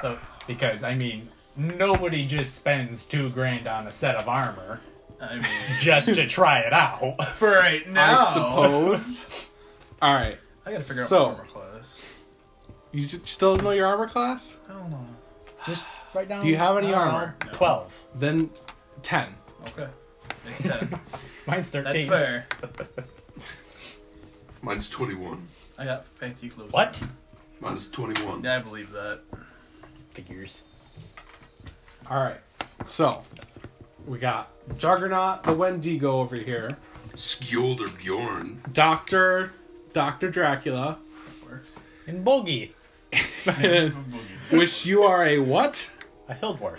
So because I mean, nobody just spends two grand on a set of armor I mean, just to try it out. for right now, I suppose. Oh. All right. I gotta figure So. out my armor class. You s- still don't know your armor class? I don't know. Just right now. uh, Do you have any I don't armor? know. Twelve. Then 10. Okay, it's ten. Mine's That's thirteen. fair. Mine's 21. I got fancy clothes. What? Mine's 21. Yeah, I believe that. Figures. All right. So, we got Juggernaut the Wendigo over here. Skjold or Bjorn. Doctor Doctor Dracula, Works. And Bogey, which you are a what? a hill dwarf,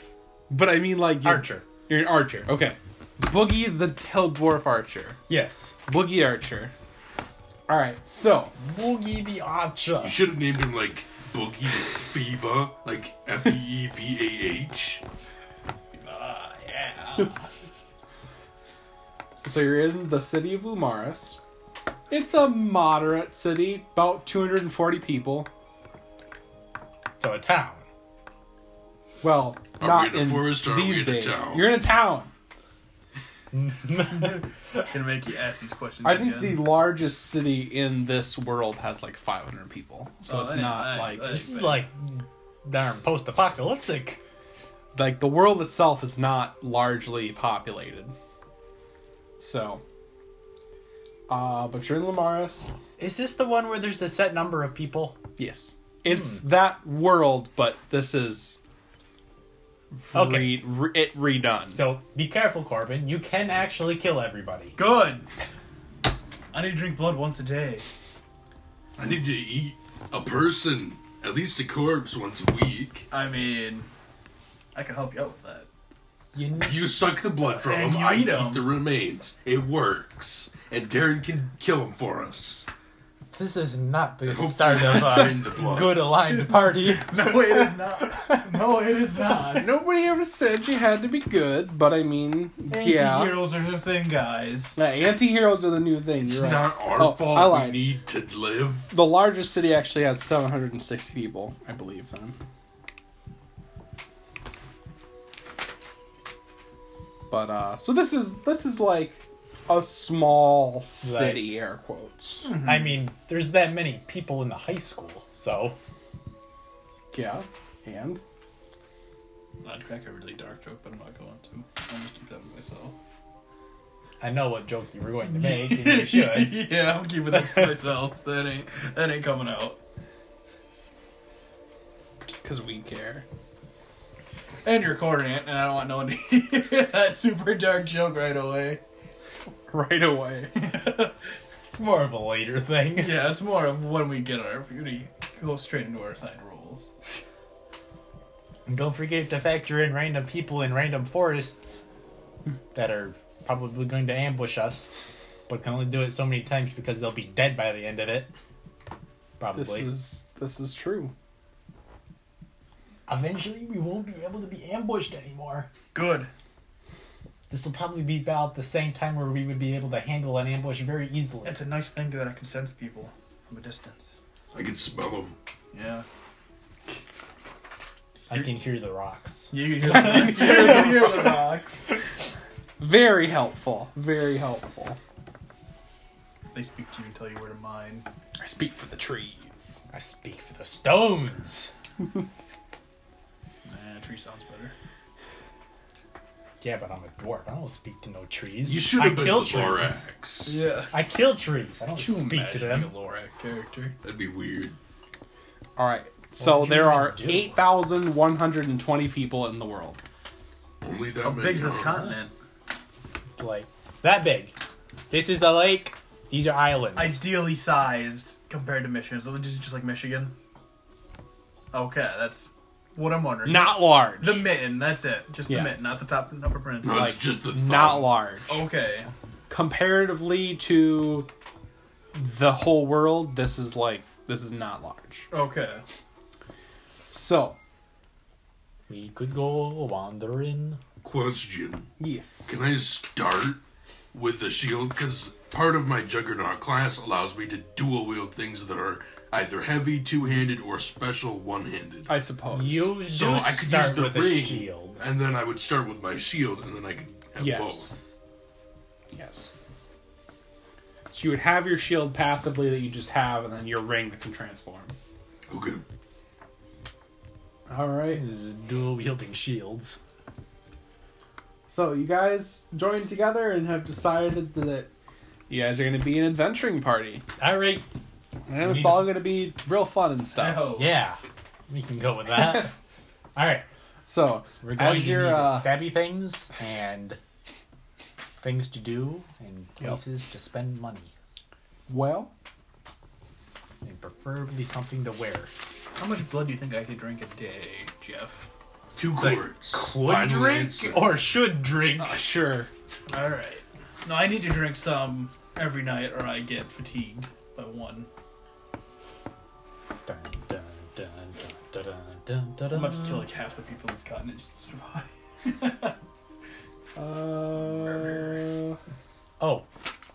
But I mean like you're, archer. You're an archer. Okay. Boogie the Hill Dwarf Archer. Yes. Boogie Archer. All right. So, Boogie the archer. You should have named him like Boogie Fever, like F E E V A H. Ah, yeah. so you're in the city of Lumaris. It's a moderate city, about 240 people. so a town. Well, Are not we in a in forest or are we these in a days. town? You're in a town. Gonna make you ask these questions. I think the again. largest city in this world has like 500 people. So Oh, it's that ain't- not that ain't- like that ain't- This is like darn post-apocalyptic. like the world itself is not largely populated. So, uh, but you're in Lumaris. Is this the one where there's a set number of people? Yes, it's Hmm. that world, but this is Okay. re- re- it redone. So be careful, Corbin. You can actually kill everybody. good. I need to drink blood once a day. I need to eat a person, at least a corpse, once a week. I mean, I can help you out with that. You n- You suck the blood from And him, you I eat eat 'em. the remains. It works. And Darren can kill him for us. this is not the Hopefully start of I a drain the blood. good aligned party. No, it is not. No, it is not. Uh, Nobody ever said you had to be good, but I mean, yeah. Anti-heroes are the thing, guys. Uh, anti-heroes are the new thing. It's you're right. not our Oh, I fault. We lied. need to live. The largest city actually has 760 people, I believe. Then, but uh, so this is this is like a small city, air quotes. I mean, there's that many people in the high school, so Yeah, and I'd crack a really dark joke, but I'm not going to. I'm gonna keep that with myself. I know what joke you were going to make, and you should. yeah, I'm keeping that to myself. That ain't that ain't coming out. because we care. And you're recording it, and I don't want no one to hear that super dark joke right away. Right away. It's more of a later thing. Yeah, it's more of when we get our beauty go straight into our side roles. And don't forget to factor in random people in random forests that are probably going to ambush us, but can only do it so many times because they'll be dead by the end of it. Probably. This is this is true. Eventually, we won't be able to be ambushed anymore. Good. This will probably be about the same time where we would be able to handle an ambush very easily. It's a nice thing that I can sense people from a distance. I can smell them. Yeah. I can hear the rocks. You can hear the, you can hear the rocks. Very helpful. Very helpful. They speak to you and tell you where to mine. I speak for the trees. I speak for the stones. Nah, tree sounds better. Yeah, but I'm a dwarf. I don't speak to no trees. You should I have been kill the trees. Lorax. Yeah. I kill trees. I don't you speak to imagine them. being a Lorac character. That'd be weird. All right. So What do you there are do? 8,120 people in the world. Only that How many big's this are- continent? like that big. This is a lake. These are islands. Ideally sized compared to Michigan. So this is just like Michigan. Okay, that's what I'm wondering. Not large. the mitten. That's it. Just Yeah. the mitten, not the top and upper No, peninsula. it's just the thumb. Not large. Okay. Comparatively to the whole world, this is like this is not large. Okay. So, we could go wandering. Question. yes. Can I start with the shield? Because part of my Juggernaut class allows me to dual wield things that are either heavy two-handed or special one-handed. I suppose. You So do I could start use the with a ring. shield. And then I would start with my shield, and then I could have Yes. Yes. So you would have your shield passively that you just have, and then your ring that can transform. both. Okay. All right. This is dual wielding shields. So you guys join together and have decided that you guys are going to be an adventuring party, All right, and We need- it's all going to be real fun and stuff. Oh. yeah, we can go with that. All right, So we're going as to you're need uh, stabby things and things to do and Yep. places to spend money well, and preferably something to wear. How much blood do you think I could drink a day, Jeff? Two quarts. Would Final drink answer. or should drink? uh, sure. All right. No, I need to drink some every night, or I get fatigued by one. Dun, dun, dun, dun, dun, dun, dun, I'm dun. about to kill like half the people on this continent just to survive. Uh, Oh,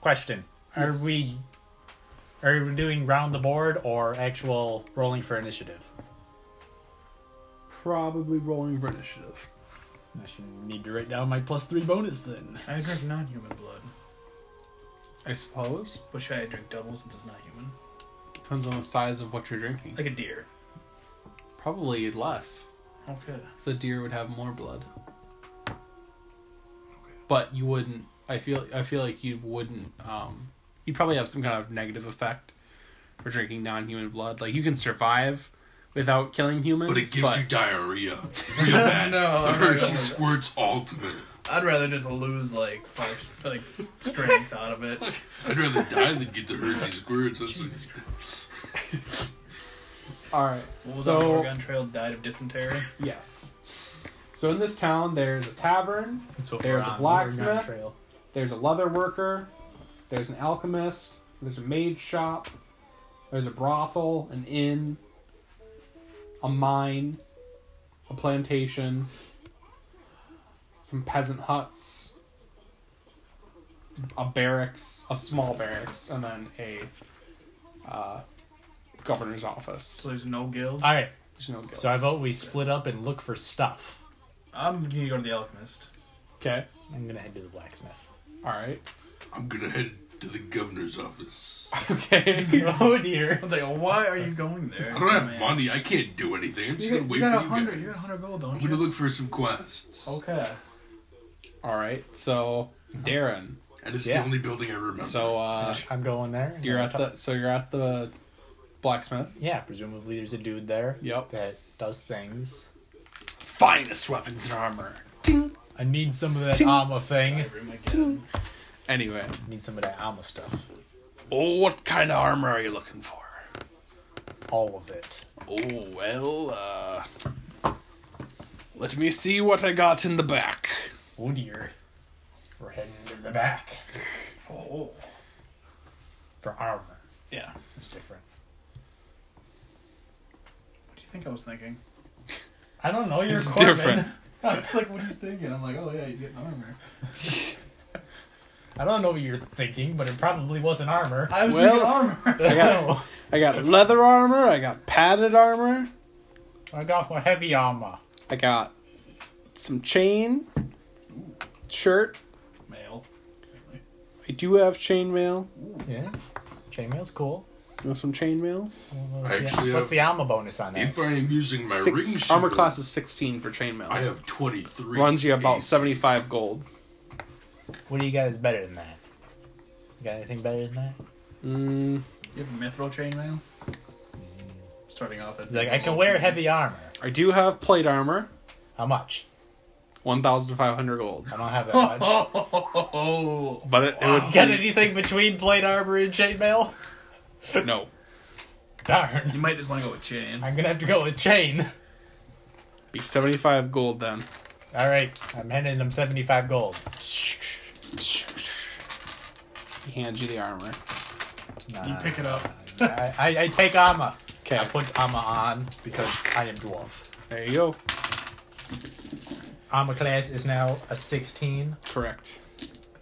question. Are Yes. we are we doing round the board or actual rolling for initiative? probably rolling for initiative. I should need to write down my plus three bonus then. I drink non-human blood, I suppose but should I drink doubles since it's not human? depends on the size of what you're drinking. Like a deer. Probably less. Okay. So deer would have more blood. But you wouldn't. I feel. I feel like you wouldn't. Um, you probably have some kind of negative effect for drinking non-human blood. Like you can survive without killing humans, But it gives you diarrhea. Real bad. No, the I'm not Hershey going with squirts ultimate. I'd rather just lose like five like strength out of it. I'd rather die than get the Hershey squirts. That's like, All right. What was on the So Oregon Trail? Died of dysentery. yes. So in this town, there's a tavern. That's what There's we're a on. blacksmith. We're on trail. There's a leather worker. There's an alchemist. There's a maid shop. There's a brothel, an inn, a mine, a plantation, some peasant huts, a barracks, a small barracks, and then a uh, governor's office. So there's no guild. All right, There's no guilds. so I vote we split up and look for stuff. I'm gonna go to the alchemist. Okay. I'm gonna head to the blacksmith. All right. I'm gonna head to the governor's office. I Okay. oh dear. I was like, why are you going there? don't Oh, have man? money. I can't do anything. I'm just You, gonna got- wait you got a for you hundred. guys. You got a hundred Oh. gold, I'm don't gonna you? look for some quests. Okay. All right. So Darren. And it's Yeah. the only building I remember. So uh, I'm going there. and You're I'll at the so you're at the blacksmith. talk- Yeah, presumably there's a dude there. Yep. That does things. Finest weapons and armor. Ting. I need some of that Ting. armor thing. Ivory might get him. Anyway, need some of that armor stuff. oh, what kind of armor are you looking for? All of it. Oh well, uh, let me see what I got in the back. Oh dear. We're heading to the back Oh. for armor. Yeah. It's different. What do you think I was thinking? I don't know. You're It's Corbin. different. I was like, what are you thinking? I'm like, oh yeah, he's getting armor. I don't know what you're thinking, but it probably wasn't armor. I was Well- thinking I armor. got, I got leather armor. I got padded armor. I got my heavy armor. I got some chain, shirt. Male. I do have chainmail. Yeah, chainmail's cool. Got Some chainmail. What's, Actually, the, what's uh, the armor bonus on that? if I am using my ring Six shield, armor class is sixteen for I chainmail. have 23. Runs you about Eight. seventy-five gold. What do you got is better than that? You got anything better than that? Mm, You have a mithril chainmail. Starting off at Like I can wear heavy armor. I do have plate armor. How much? 1,500 gold. I don't have that much. Oh. But it, it would Got anything between plate armor and chainmail? be, no. Darn. You might just want to go with chain. I'm gonna have to go with chain. Be 75 gold then. All right, I'm handing them 75 gold. He hands you the armor. Nah, You pick it up. I, I, I take armor. I Okay, put armor on because I am dwarf. there you go. Armor class is now a 16, Correct.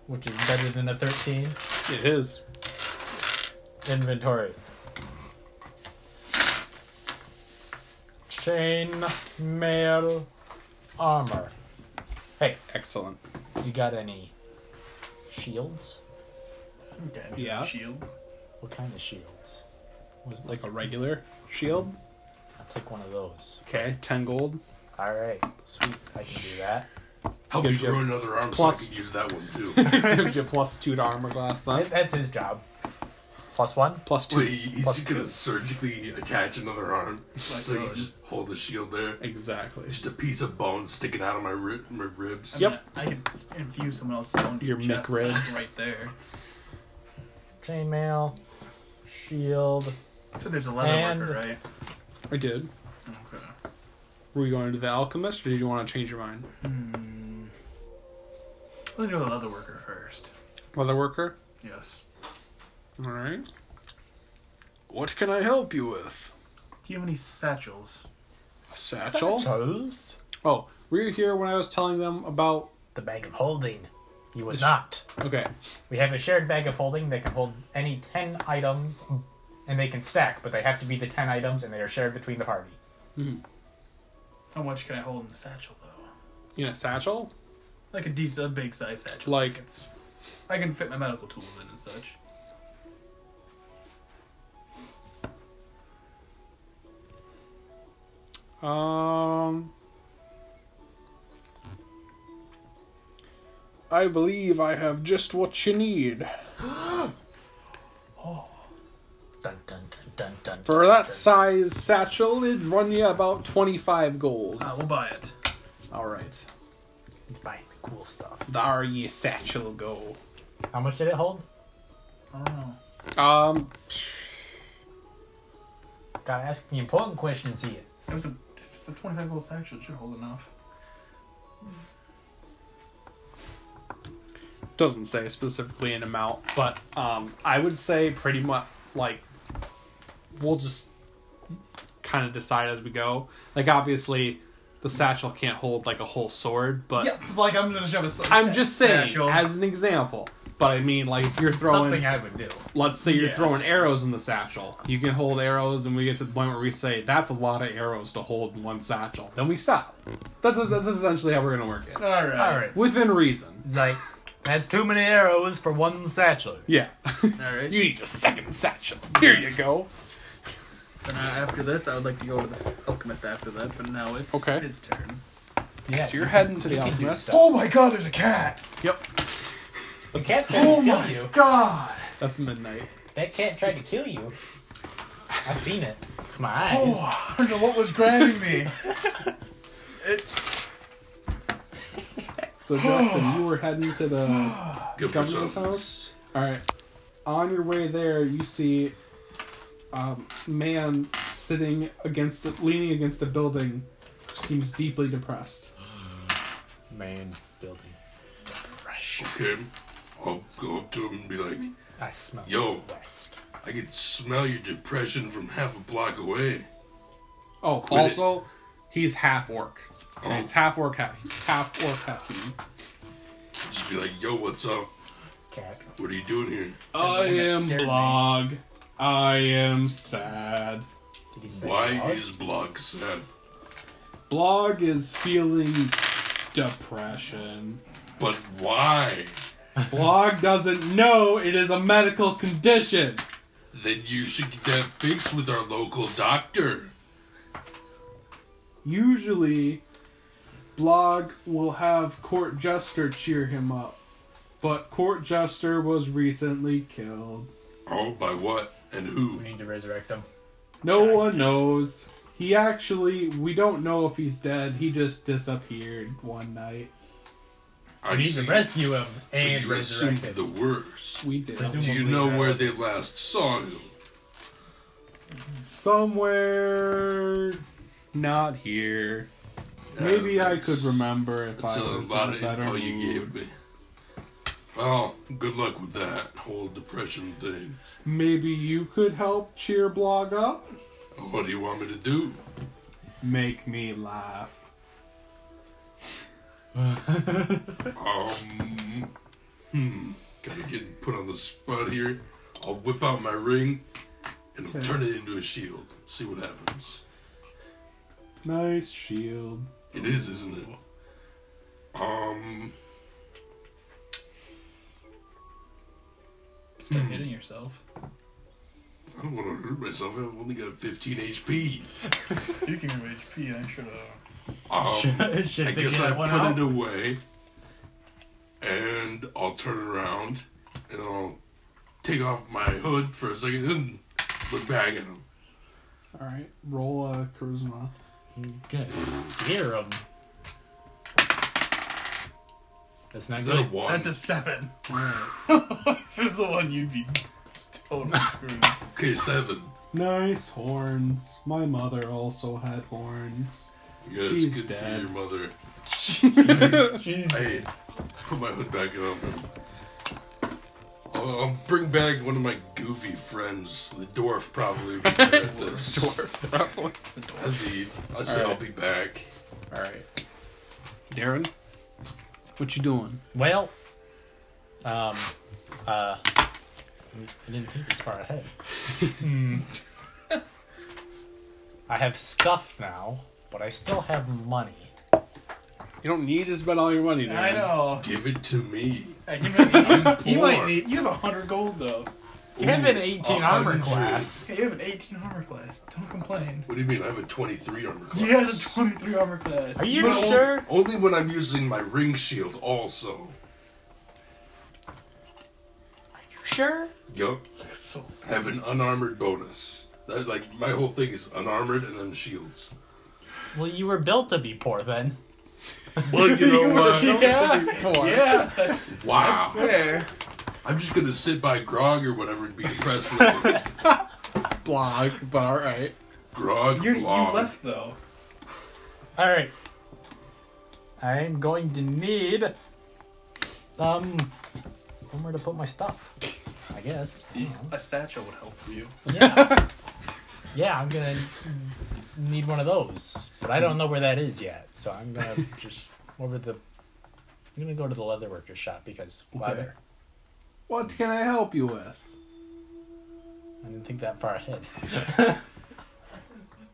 which is better than a 13. It is. Inventory. chain mail armor. Hey, Excellent. you got any shields? Damn, Yeah. Shields. What kind of shields? Like a regular shield. I'll take one of those. Okay, 10 gold. All right, sweet. I can do that. Help me Gives you grow another arm so plus- I can use that one too. Gives you plus two to armor class then. That- That's his job. Plus one. Plus two. Wait, he's Plus just gonna two. surgically attach another arm. so you God. just hold the shield there. Exactly. Just a piece of bone sticking out of my, ri- my ribs. Yep. I could s- infuse someone else's own Your chest McRibs. right there. Chain mail, shield. So there's a leather And- worker, right? I did. Okay. Were you going to do the alchemist or did you want to change your mind? Hmm. Let's do a leather worker first. Leatherworker? Yes. Alright. What can I help you with? Do you have any satchels? Satchel? Chose Oh, were you here when I was telling them about. the bag of holding. You was This- not. Okay, We have a shared bag of holding that can hold any 10 items and they can stack, but they have to be the 10 items and they are shared between the party. How much can I hold in the satchel, though? in a satchel? Like a decent, a big size satchel. Like- it's, I can fit my medical tools in and such. Um. I believe I have just what you need. Dun dun dun dun dun. For that size satchel, it'd run you about 25 gold. Ah, we'll buy it. Alright. He's buying the cool stuff. There ye satchel go. How much did it hold? I don't know. Um, Gotta ask the important questions here. It was a, it's a 25 gold satchel. It should hold enough. doesn't say specifically an amount, but um, I would say pretty much like we'll just kind of decide as we go. Like obviously, the satchel can't hold like a whole sword, but Yeah, like I'm gonna shove a s- I'm just saying satchel. as an example. But I mean, like if you're throwing, something I would do. let's say you're Yeah. throwing arrows in the satchel, you can hold arrows, and we get to the point where we say that's a lot of arrows to hold in one satchel. Then we stop. That's that's essentially how we're gonna work it All right. All right. within reason. He's like, that's too many arrows for one satchel. Yeah. All right. You need a second satchel. Here you go. And uh, after this, I would like to go to the alchemist after that, but now it's Okay. his turn. Yeah, So you're heading to the you can do alchemist. stuff. Oh my god, there's a cat! Yep. The cat tried to kill you. God! That's midnight. That cat tried to kill you. I've seen it. with My eyes. Oh, I don't know what was grabbing me. So Justin, you were heading to the Good for governor's some. house. All right. On your way there, you see a man sitting against, leaning against a building, seems deeply depressed. Man building. Okay. I'll go up to him and be like, I smell Yo. the west. I can smell your depression from half a block away. Oh, Quit it. also, he's half orc. Okay, He's half orc, half, half orc, half human. Just be like, yo, what's up? Cat. What are you doing here? I am am blog. I am sad. Did he say Why dog? is Block sad? Blog is feeling depression. But why? Blog doesn't know it is a medical condition. Then you should get that fixed with our local doctor. Usually, Blog will have Court Jester cheer him up, but Court Jester was recently killed. Oh, by what and who? We need to resurrect him. No one knows. He actually, we don't know if he's dead. He just disappeared one night. I We need to see. rescue him So and you assumed resurrect him. the worst. We did. Presume- Do you Presumably know that- where they last saw him? Somewhere not here. Maybe I could remember if That's I a was lot in of a better info you mood. gave me. Well, Oh, good luck with that whole depression thing. Maybe you could help cheer Blog up? What do you want me to do? Make me laugh. Um, hmm, gotta get put on the spot here. I'll whip out my ring and I'll turn it into a shield. See what happens. Nice shield. It is, isn't it? Um, Start hitting yourself. I don't want to hurt myself. I've only got 15 HP. Speaking of HP, I should uh, have. Um, Should, should I they guess get I one put out? it away, and I'll turn around and I'll take off my hood for a second and look back at him. All right, roll uh, charisma. Good. Hear him. That's not Is that a good. one? That's a seven. if it was a one, you'd be totally screwed. okay, seven. Nice horns. My mother also had horns. Yeah, She's it's good dead. for your mother. Jeez. I put my hood back up. And I'll, I'll bring back one of my goofy friends, the dwarf, probably. would be good at this. All I leave. I say I'll be back. right, Darren, what you doing? Well, um, uh, I didn't think this far ahead. Hmm. I have stuff now, but I still have money. You don't need to spend all your money. Darren. I know. Give it to me. Hey, he, might, he Poor. might need. You have a hundred gold though. You have an Ooh, 18 a armor hundred. class. Hey, you have an 18 armor class. Don't complain. What do you mean? I have a 23 armor class. He has a 23 armor class. Are you But- sure? Only when I'm using my ring shield, also. Sure. Yup. So Have an unarmored bonus. That, like, my whole thing is unarmored and then shields. Well, you were built to be poor then. Well, you know what? yeah, Wow. fair. I'm just gonna sit by Grog or whatever and be depressed with Blog, but all right. Grog You're, you blog. left though. All right. I'm going to need um somewhere to put my stuff. I guess. I See, don't know. a satchel would help you. Yeah. yeah, I'm gonna need one of those, but I don't know where that is yet. So I'm gonna just over the. I'm gonna go to the leatherworker shop because leather. What can I help you with? I didn't think that far ahead.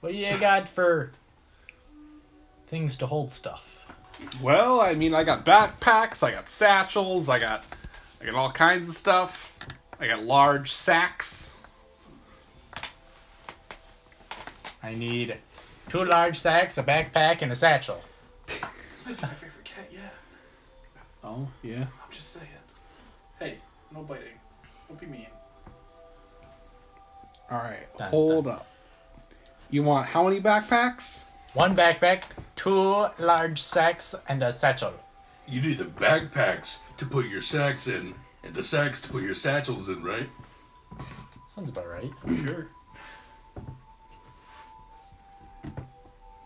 what do you got for things to hold stuff? Well, I mean, I got backpacks, I got satchels, I got, I got all kinds of stuff. I got large sacks. I need two large sacks, a backpack, and a satchel. This might be my favorite cat. Yeah, Oh yeah. I'm just saying. Hey, no biting. Don't be mean. All right. Dun, hold dun. up. You want how many backpacks? One backpack, two large sacks, and a satchel. You need the backpacks to put your sacks in, and the sacks to put your satchels in, right? Sounds about right. Sure.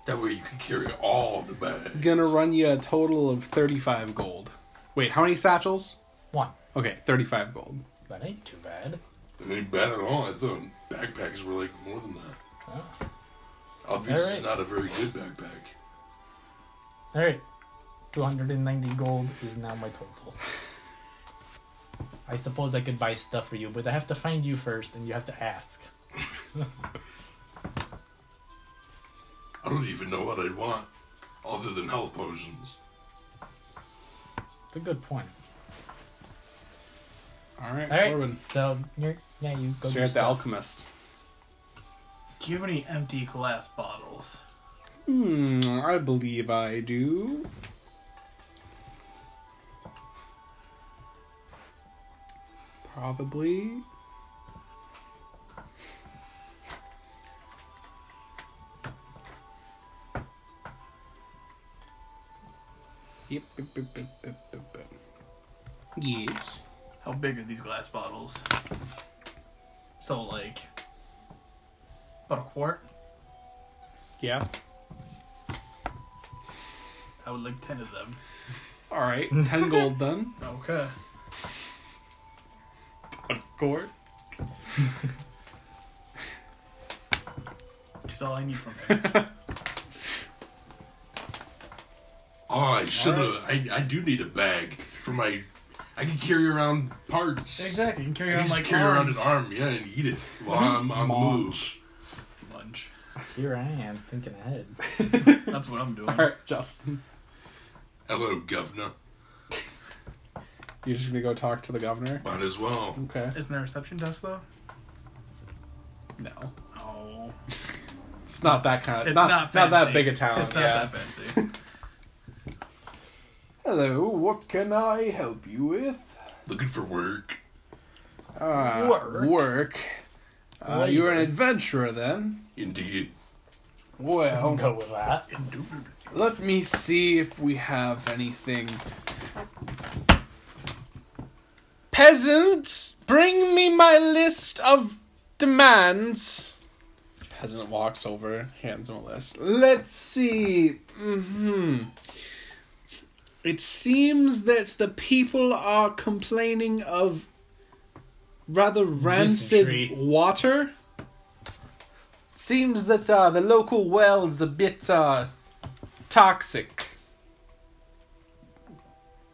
That way you can carry all the bags. Gonna run you a total of thirty-five gold. Wait, how many satchels? One. Okay, thirty-five gold. That ain't too bad. It ain't bad at all. I thought backpacks were like more than that. Oh. Obviously, Alright. it's not a very good backpack. All right, 290 gold is now my total. I suppose I could buy stuff for you, but I have to find you first, and you have to ask. I don't even know what I'd want, other than health potions. It's a good point. All right, All right, Corbin. so you're yeah, you go So do you're at the stuff. alchemist. Do you have any empty glass bottles? Hmm, I believe I do. Probably. Yep. yep, yep, yep, yep, yep, yep. Yes. How big are these glass bottles? So like, about a quart. Yeah. I would like ten of them. All right. Ten gold then. Okay. Of course. Which is all I need from there. Oh, I should have. I, I do need a bag for my. I can carry around parts. exactly. You can carry I can on just like Mm-hmm. carry around arms. an arm, yeah, and eat it while I'm on the move. Lunch. Here I am thinking ahead. That's what I'm doing. All right, Justin, Hello, governor. you're just gonna go talk to the governor. Might as well. Okay. Isn't there a reception desk though? No, No. it's not that kind of. It's not, not not that fancy. big a town. It's yeah. not that fancy. Hello, what can I help you with? Looking for work. Uh, Work. Work. Uh, you're an Labor. adventurer then. Indeed. Well, I'll go with that. let me see if we have anything. Peasant, bring me my list of demands. Peasant walks over, hands him a list. Let's see. Hmm. It seems that the people are complaining of rather rancid Dysentery. water. Seems that uh, the local well's a bit uh, toxic.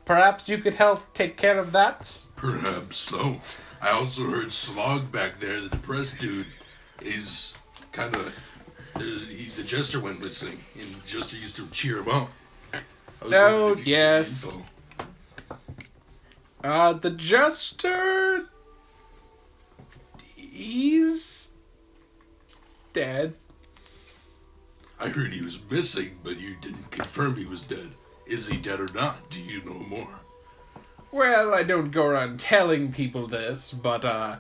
Perhaps you could help take care of that. Perhaps so. I also heard Slog back there, the depressed dude, is kind of. He, the jester went missing, and the jester used to cheer him up. I was No, wondering if you could yes. info. Uh, the jester. He's. dead. I heard he was missing, but you didn't confirm he was dead. Is he dead or not? Do you know more? Well, I don't go around telling people this, but, uh.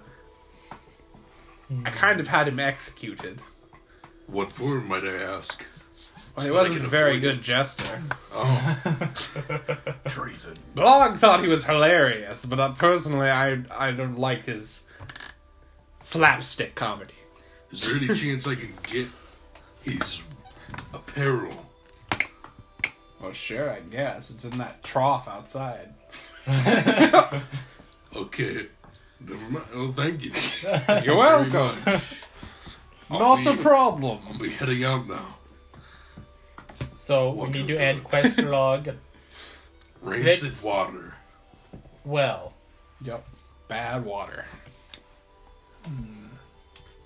I kind of had him executed. What for, might I ask? Well, he So they wasn't can a very avoid good jester. Oh, Treason. Blog thought he was hilarious, but uh, personally, I I don't like his slapstick comedy. is there any chance I can get his apparel? Well, sure, I guess it's in that trough outside. Okay. Never mind. Oh, thank you. You're Very welcome. much. I'll Not a be- problem. I'll be heading out now. So What we need can to I do? add quest log. Rancid Fix- water. Well, Yep. Bad water.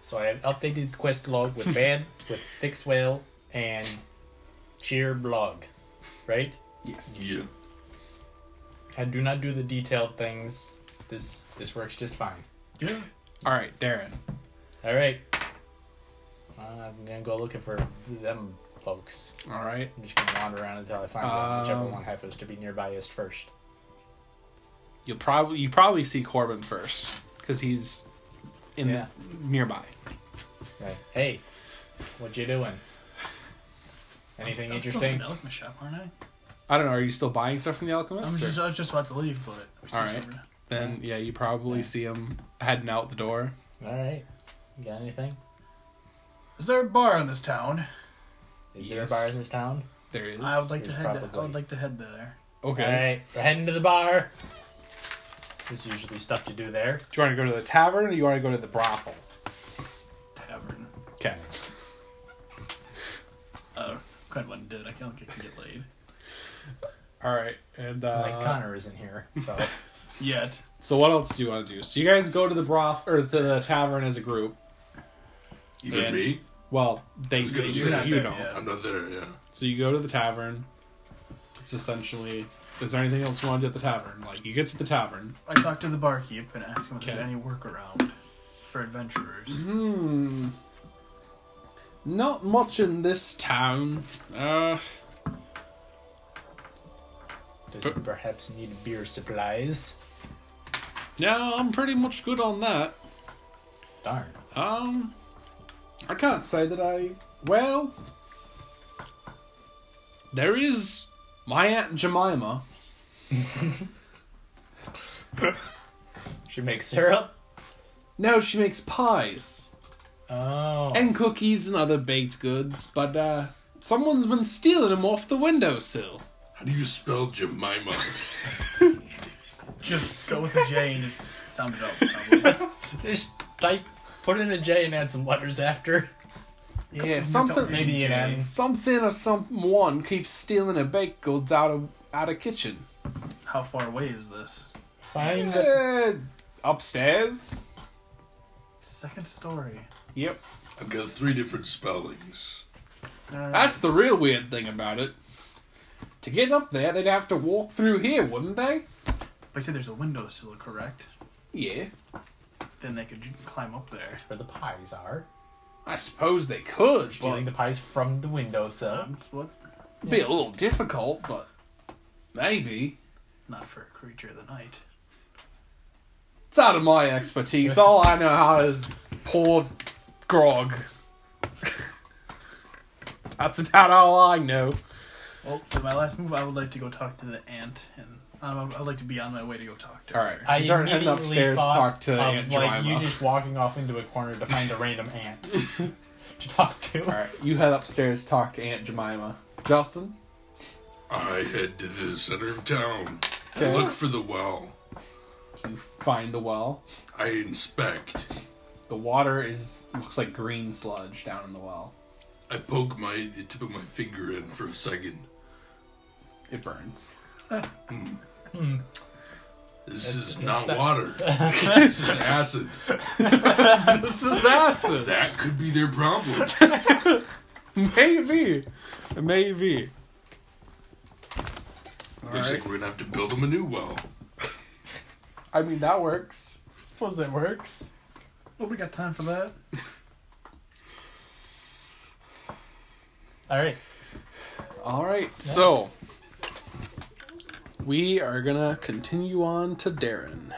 so I have updated quest log with bad, with fix whale, and cheer blog. Right? Yes. Yeah. I do not do the detailed things. This this works just fine. Yeah. All right, Darren. All right. Uh, I'm gonna go looking for them folks. All right. I'm just gonna wander around until I find one, whichever Um, one happens to be nearbyest first. You'll probably you probably see Corbin first because he's in Yeah. nearby. Right. Hey, what you doing? Anything interesting? I was my shop, aren't I? I don't know. Are you still buying stuff from the I was, alchemist? or- just, I was just about to leave, but. All right. Then yeah, you probably Yeah. see him heading out the door. All right. You got anything? Is there a bar in this town? Is there a Yes. bar in this town? There is. I would like to There's head. To, I probably- would like to head there. okay. All right, we're heading to the bar. There's usually stuff to do there. Do you want to go to the tavern or do you want to go to the brothel? Tavern. Okay. Oh, quite one did. I can't get, get laid All right. And uh, Like Connor isn't here, so yet. so what else do you want to do? So you guys go to the broth or to the tavern as a group. Even And- me? Well, they was gonna you, say- you Yeah. don't. I'm not there, yeah. So you go to the tavern. It's essentially. Is there anything else you want to do at the tavern? Like you get to the tavern. I talked to the barkeep and asked him if Okay. there's any workaround for adventurers. Hmm. Not much in this town. Uh, does he perhaps need beer supplies? yeah, I'm pretty much good on that. Darn. Um, I can't say that I. Well, there is my aunt Jemima. She makes syrup. No, she makes pies Oh. and cookies and other baked goods, but uh, someone's been stealing them off the windowsill. How do you spell Jemima? Just go with the J and just sound it out. probably. Just like put in a J and add some letters after. Yeah, don't something, make- Maybe an J. M. something or someone keeps stealing her baked goods out of out of kitchen. How far away is this? Find Uh, upstairs. Second story. Yep. I've got three different spellings. That's the real weird thing about it. To get up there, they'd have to walk through here, wouldn't they? But yeah, there's a window still, correct? Yeah, Then they could climb up there. Where the pies are. I suppose they could, but Stealing the pies from the window, sir. That's what? it'd be a little difficult. But maybe Not for a creature of the night. it's out of my expertise. All I know how is pour grog. That's about all I know. Well, for my last move, I would like to go talk to the ant, and um, I'm, I'd like to be on my way to go talk to her. All right. I She already heads immediately upstairs to thought talk to of, Aunt like you Jemima. just walking off into a corner to find a random ant to talk to. All right, you head upstairs to talk to Aunt Jemima. Justin, I head to the center of town. Okay. Look for the well. you find the well. I inspect. The water is looks like green sludge down in the well. I poke my the tip of my finger in for a second. It burns. This is not water. this is acid. this is acid. That could be their problem. Maybe. Maybe. Looks Alright. like we're gonna have to build them a new well. I mean, that works. suppose that works. Well, we got time for that. All right. All right, so we are gonna continue on to Darren.